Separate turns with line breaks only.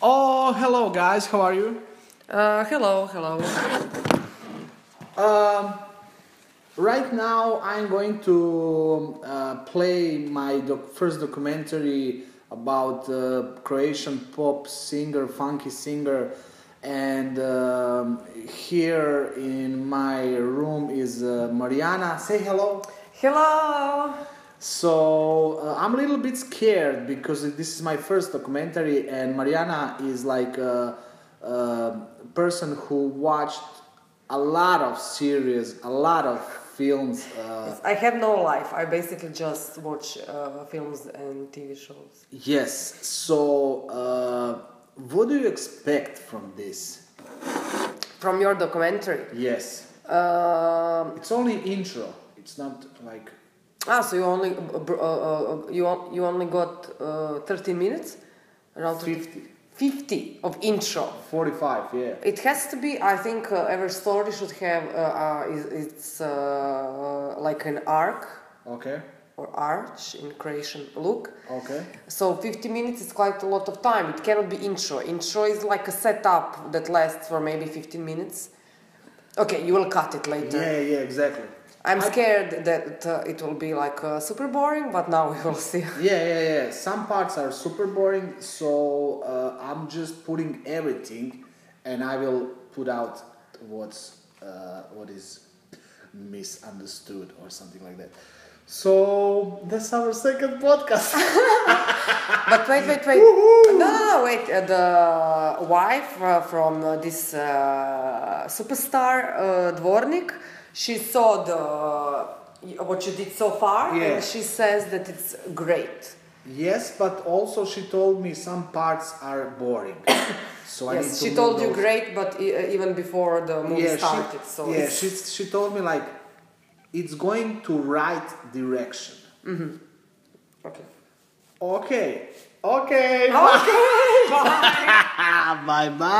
Oh, hello guys, how are you?
Uh, hello, hello.
Um, right now, I'm going to uh, play my doc- first documentary about uh, Croatian pop singer, funky singer, and um, here in my room is uh, Mariana. Say hello.
Hello!
So uh, I'm a little bit scared because this is my first documentary, and Mariana is like a, a person who watched a lot of series, a lot of films. Uh,
I have no life. I basically just watch uh, films and TV shows.
yes. So uh, what do you expect from this?
From your documentary.
Yes.
Um
It's only intro. It's not like
ah, so you only uh, br- uh, uh, you, on- you only got uh, 30 minutes? Around
50,
50 of intro.
45. Yeah.
It has to be, I think, uh, every story should have uh, uh, is- it's uh, like an arc
Okay.
or arch in Croatian look.
Okay.
So 50 minutes is quite a lot of time. It cannot be intro. Intro is like a setup that lasts for maybe 15 minutes. Okay, you will cut it later.
Yeah. Yeah. Exactly.
I'm scared that uh, it will be like uh, super boring, but now we will see.
Yeah, yeah, yeah. Some parts are super boring, so uh, I'm just putting everything, and I will put out what's uh, what is misunderstood or something like that. So that's our second podcast.
But wait, wait, wait. No, no, no, wait. Uh, the wife uh, from uh, this uh, superstar uh, Dvornik, she saw the what you did so far,
Yeah.
and she says that it's great.
yes, but also she told me some parts are boring. So I need
Yes,
to
she
move
told you
those.
great, but e- uh, even before the movie
Yeah,
started,
she,
so
yeah,
it's-
she she told me like it's going to right direction.
okay.
Okay, okay,
Oh, Okay, bye.
bye bye.